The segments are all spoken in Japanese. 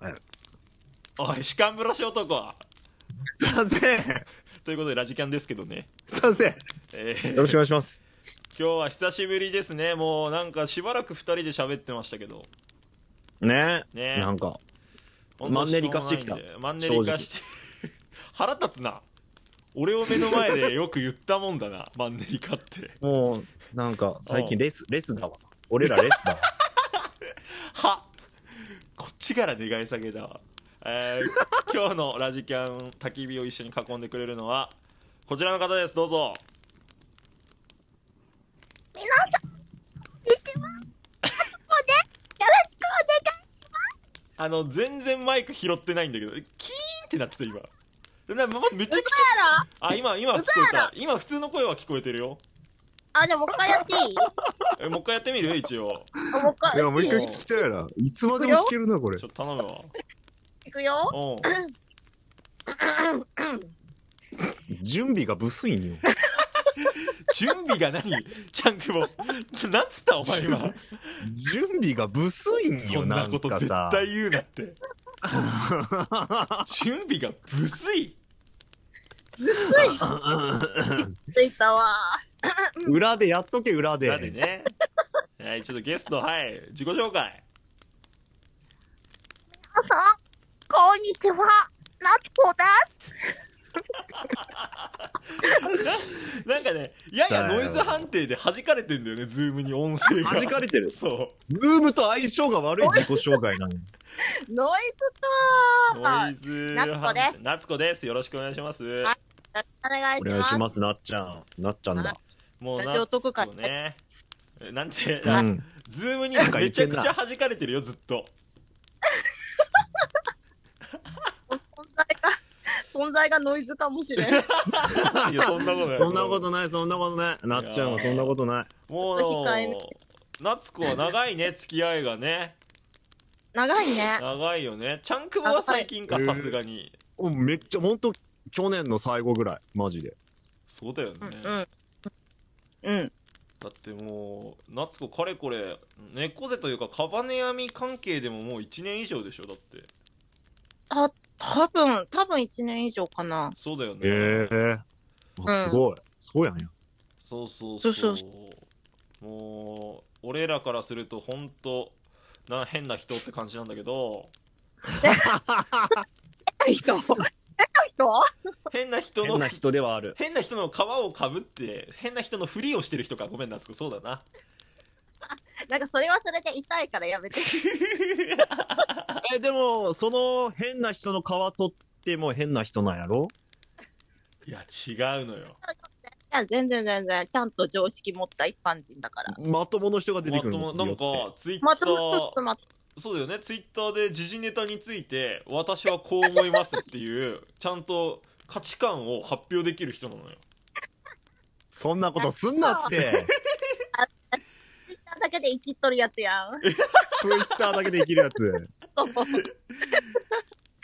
はいおい、歯間ブラシ男すいません。ということで、ラジキャンですけどね。すいません。よえーろしくお願いします。今日は久しぶりですね。もうなんかしばらく二人で喋ってましたけど。ねねなんか、本当マンネリ化してきたょうがないんでマンネリ化して 腹立つな俺を目の前でよく言ったもんだなマンネリ化ってもう、なんか、最う近んレス、レスだわ。俺らレスだわ。はこっちから願い下げだわ、えー今日のラジキャン焚き火を一緒に囲んでくれるのはこちらの方ですどうぞ皆さん、 いってます。もうね、よろしくお願い。あの全然マイク拾ってないんだけどキーンってなってた今なまめっちゃ聞嘘こやろあ今今聞こえた今普通の声は聞こえてるよあ、じゃあもう一回やっていいえもう一回やってみる一応あもう一回 いや、もう一や回って聞きたいな。いつまでも聞けるな、これちょ。っと頼むわいいくよ。おう準備がブスいんよ。準備が何チャンクボちょなんつったお前今準備がブスいんそよ、んななんことか絶さ。対言うなって準備がブスいついたわ。裏でやっとけ、裏で。だでねはいちょっとゲストはい自己紹介皆さん、こんにちは。なつこです。なんかねややノイズ判定で弾かれてんだよねズームに音声が弾かれてる。そうズームと相性が悪い自己紹介 なのよ。ノイズとノーイズ夏子です夏子ですよろしくお願いしますはいお願いおし願いますし。ます、なっちゃん。なっちゃんだ。もうラジオ特化夏子ねえなんて、うあん。ズームにか言めっちてゃんくなちゃ弾かれてるよずっと存在が、存在がノイズかもしれん。ちょっいやそんなことないそんなことない、そんなことない。なっちゃんはそんなことない。もうちょっと控えめ夏子は長いね 付き合いがね長いね。長いよねチャンクボは最近かはいさすがにおめっちゃ、ほんと、去年の最後ぐらい。マジで。そうだよね、うんだうん。うん。ってもう夏子かれこれ猫背というかカバネ編み関係でももう1年以上でしょだってあ、多分、多分1年以上かな。そうだよね、ええあすごい。そうやんや。そうそうそうそうもう俺らからすると本当な変な人って感じなんだけどえ人え人 変な人の変な人ではある。変な人の皮をかぶって変な人のふりをしてる人かごめん夏子そうだななんかそれはそれで痛いからやめて。え、でも、その変な人の皮取っても変な人なんやろいや違うのよいや、全然全然、ちゃんと常識持った一般人だから。まともの人が出てまくるとのもなんかツイッタまともーまとそうだよねツイッターで時事ネタについて私はこう思いますっていうちゃんと価値観を発表できる人なのよそんなことすんな って。ツイッターだけで生きっとるやつやん。ツイッターだけで生きるやつ。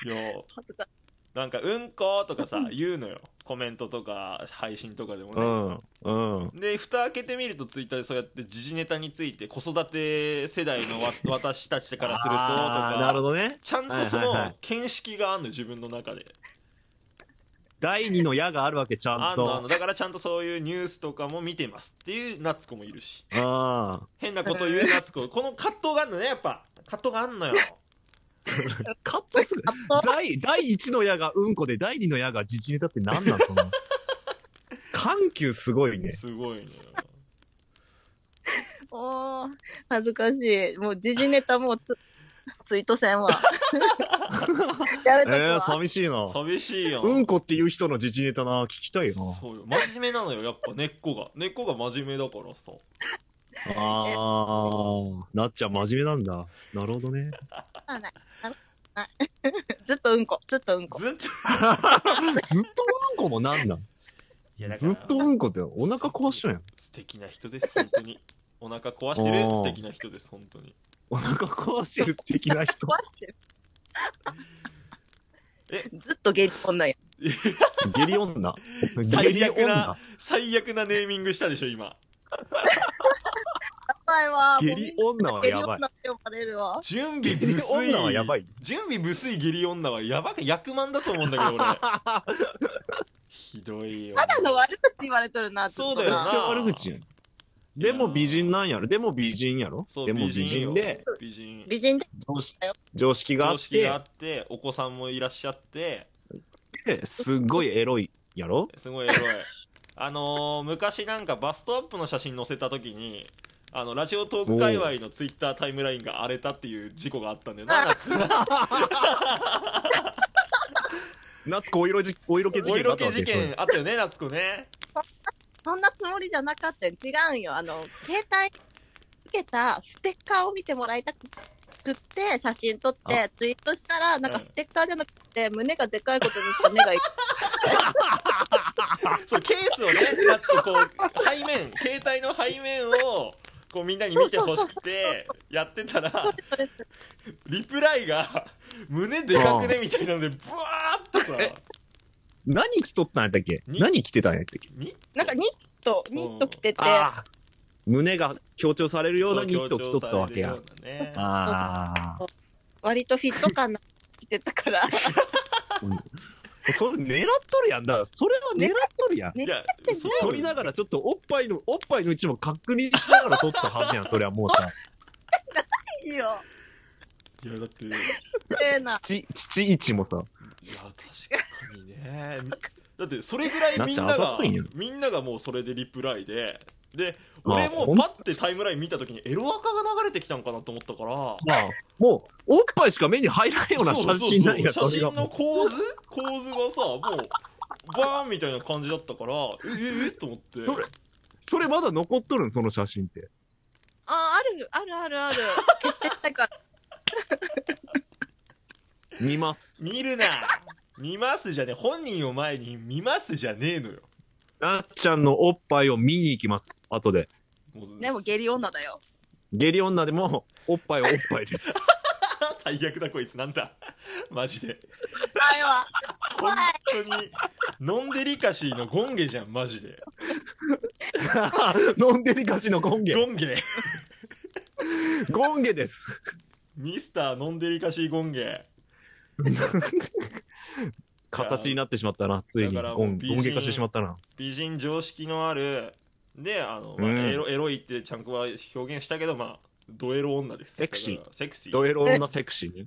いや恥ずかなんか「うんこ」とかさ言うのよコメントとか配信とかでもうね、ん。うん。で蓋開けてみるとツイッターでそうやって時事ネタについて子育て世代のわ私たちからするととあーなるかほどね。ちゃんとそはいはいはのい見識があんのよ自分の中で第二の矢があるわけ、ちゃあんんのあんのと。だからちゃんとそういうニュースとかも見てますっていう夏子もいるしああ。変なこと 言う夏子この葛藤があるのねやっぱ葛藤があんのよカットする。あと、第、第一の矢がうんこで、第二の矢が自治ネタって何なん その。緩急すごいね。すごいのよおー、恥ずかしい。もう、時事ネタもうつ、ツイートせんわ。やめえとくー、わ。寂しいな。寂しいようんこっていう人の自治ネタな、聞きたいよそうよ真面目なのよやっぱ根っこが根っこが真面目だからさな。ああ、なっちゃん真面目なんだ。なるほどね。あないあないずっとうんこ、ずっとうんこ。ずっと ずっとうんこもなんなんいやだからずっとうんこってお腹壊しちゃうやん。素敵な人です本当にお腹壊してるおー素敵な人です本当にお腹壊してる素敵な人。壊してる。えずっとゲリ女や。下痢女。下痢最悪女な。最悪なネーミングしたでしょ今やばばいわ。下痢女はやばいもうみんな下痢女って呼ばれるわ。準備無水 女はやばい準備無水義理女はやばく役満だと思うんだけど俺ひどいよただの悪口言われとるな、ずっとそうだめっよなちゃ悪口やんでも美人なんやろでも美人やろそうでも美人で美人美人で常識常識があ常っ識があてってお子さんもいらっしゃってですっごいエロいやろすごいエ ロいあのー昔なんかバストアップの写真載せた時にあのラジオトーク界隈のツイッタータイムラインが荒れたっていう事故があったんだよな夏夏子お色じお色気事 お件があ色ったわ気け事でしょ件あったよね夏子ねそんなつもりじゃなかったよ違うんよ。あの、携帯受けたステッカーを見てもらいたくって、写真撮って、ツイートしたら、なんかうんステッカーじゃなくて、胸がでかいことにして目がいっそうケースをね夏子こう背面携帯の背面をこうみんなに見てほしくてやってたらぱいです。リプライが 胸でかくねみたいなのでブワー ッとさ何着とったんやったっけに何着てたんやったっけになんかニット、ニット着てて、ああ胸が強調されるようなニそうット着とったわけや強調されるようなねああ割とフィット感の着てたから、それ狙っとるやんだからそれは狙っとるやんねいやてそう撮りながらちょっとおっぱいのおっぱいの位置も確認しながら撮ったはずや んそれはもうさいいよ。いやだっていや綺麗な。父父位置もさ確かにねだってそれぐらいみんななっちゃんあがざといんやみんながもうそれでリプライでであ俺もほんパッてタイムライン見た時にエロアカが流れてきたんかなと思ったからまあもうおっぱいしか目に入らないような写真なんやそうそうそそう写れが真の構図構図がさもうバーンみたいな感じだったからえええと思ってそれそれまだ残っとるんその写真ってあ、ある、あるあるある。消してたから。見ます見るな見ますじゃねえ本人を前に見ますじゃねえのよなっちゃんのおっぱいを見に行きます後でもうでも下痢女だよ。下痢女でもおっぱいはおっぱいです 最悪だこいつなんだ マジであれは、本当にノンデリカシーのゴンゲじゃんマジで飲んでりかし のゴンゲゴンゲゴンゲですミスターノンデリカシーゴンゲ形になってしまったなついにだからゴン美人ゴンゲ化してしまったな美人常識のあるであの、まあうんエロエロいってちゃんこは表現したけどまあドエロ女ですセクシーだからセクシードエロ女セクシーね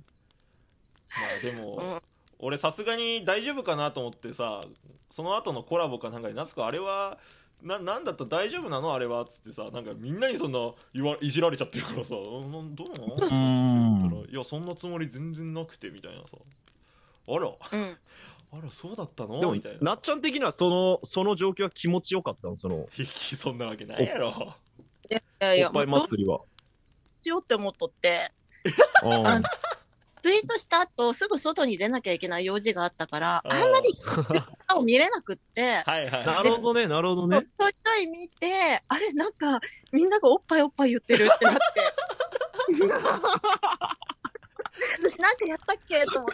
まあでも、うん俺さすがに大丈夫かなと思ってさその後のコラボかなんかで夏子あれはななんだった大丈夫なのあれはっつってさなんかみんなにそんな言わいじられちゃってるからさうんどうなのって言ったらいやそんなつもり全然なくてみたいなさあらうん。あらそうだったでのもみたいななっちゃん的にはそのその状況は気持ちよかったのそのおっひきそんなわけないやろいやいや、ぱいもうどう祭りはしようって思っとって、うんツイートした後、すぐ外に出なきゃいけない用事があったから、あーあんまり顔見れなくって、はいはいなるほどねなるほどちょねいちょい見て、あれ、なんか、みんながおっぱいおっぱい言ってるってなって。私なんかやったっけと思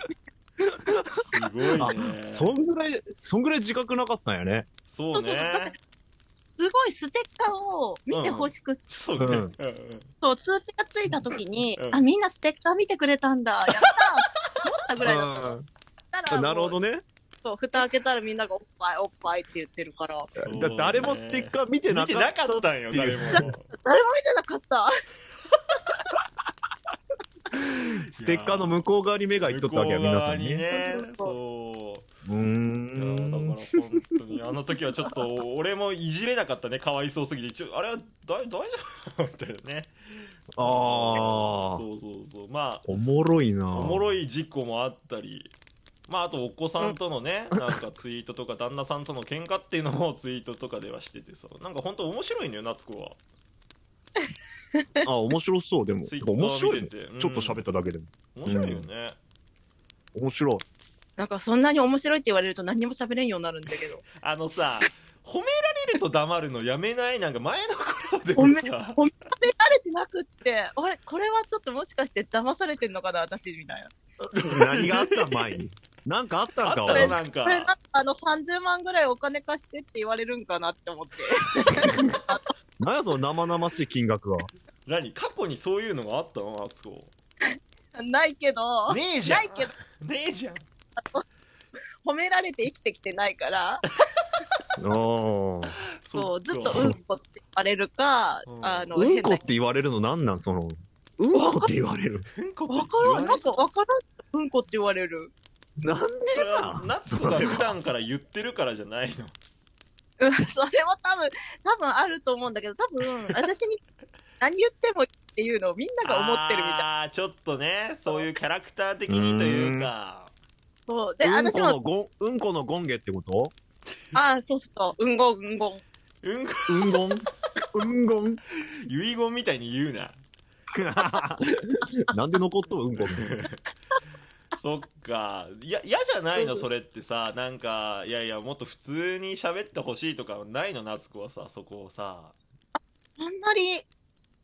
って。すごいあねそんぐらいそんぐらい自覚なかったんやねそうねすごいステッカーを見てほしくて、そうね、うんうんうんそう通知がついた時に、うんあ、みんなステッカー見てくれたんだ、やったーって思ったぐらいだっうんた ら、なるほもどねうそう、蓋開けたらみんながおっぱいおっぱいって言ってるから、そうねだって誰もステッカー見てな見かてったなかったんよってい誰うも誰も見てなかった。 ステッカーの向こう側に目がいっとったわけや向こう皆側さんにねねうーそういやだからん本当にあの時はちょっと俺もいじれなかったねかわいそうすぎて一応あれは大大丈夫みたいなねああそうそうそうまあおもろいなおもろい事故もあったりまああとお子さんとのねなんかツイートとか旦那さんとの喧嘩っていうのもツイートとかではしててさなんか本当面白いのよ夏子はあ面白そうでもツイッター面白見いてねて、ちょっと喋ったただけでも面白いよね、面白いなんかそんなに面白いって言われると何にも喋れんようになるんだけど。あのさ褒められると黙るのやめないなんか前の頃で褒め、も褒めさられてなくって、あれ、これはちょっともしかして騙されてんのかな、私、みたいな。何があった前 に何かあったんかあった俺のなんかこれ、なんかあの、30万ぐらいお金貸してって言われるんかなって思って。何やその生々しい金額は何過去にそういうのがあったのあつこないけど、ねえじゃんないけど、ねえじゃん褒められて生きてきてないから、おーそう、ずっかとうんこって言われるかう、んあの、うんこなっ。て言われるのなんなんその、うんこって言われる。うんこってわからん、言わなんれかわからん。うんこって言われる。 なんでそれはな夏子が普段から言ってるからじゃないのうん、それは多分、多分あると思うんだけど、多分、私に何言ってもいいっていうのをみんなが思ってるみた い。ああーちょっとねそういうキャラクター的にというかそう。で、うん私このも、ゴン、うんこのゴンゲってことああ、そうそう、うんごん、うんごん。うんこうんごんうんご ん遺言みたいに言うななんで残っとるうんこそっかいや嫌じゃないのうんそれってさなんかいやいやもっと普通に喋ってほしいとかないの夏子はさそこをさ あんまり、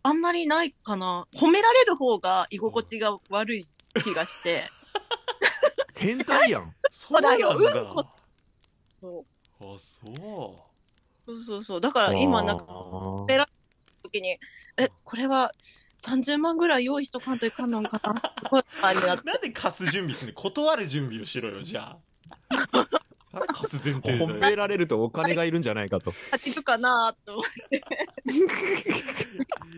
あんまりないかな。褒められる方が居心地が悪い気がして。変態やん。そうなんだようんこ そうあそうそうそうそう。だから今なんか、あペラ時に、え、これは30万ぐらい用意しとかんといかんのんかなすごい不安になって。なんで貸す準備すんの断る準備をしろよじゃあなんで貸す前提ー褒だめよられるとお金がいるんじゃないかと。勝てるかなと思っ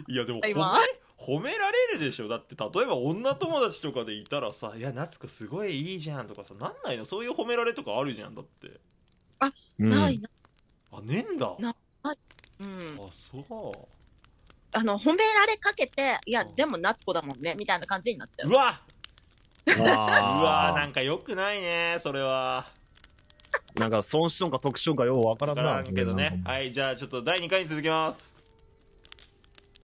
いやでもた褒め今。褒められるでしょだって例えば女友達とかでいたらさ「いや夏子すごいいいじゃん」とかさなんないのそういう褒められとかあるじゃんだってうんないな。あねえんだなうん。あそうあの、褒められかけて、いやう、んでも夏子だもんね、みたいな感じになっちゃうう。わううわなわんかよくないねそれはーなんか損失損か特殊損かようわから分んかな。らんけどなんねかはいじゃあちょっと第2回に続きます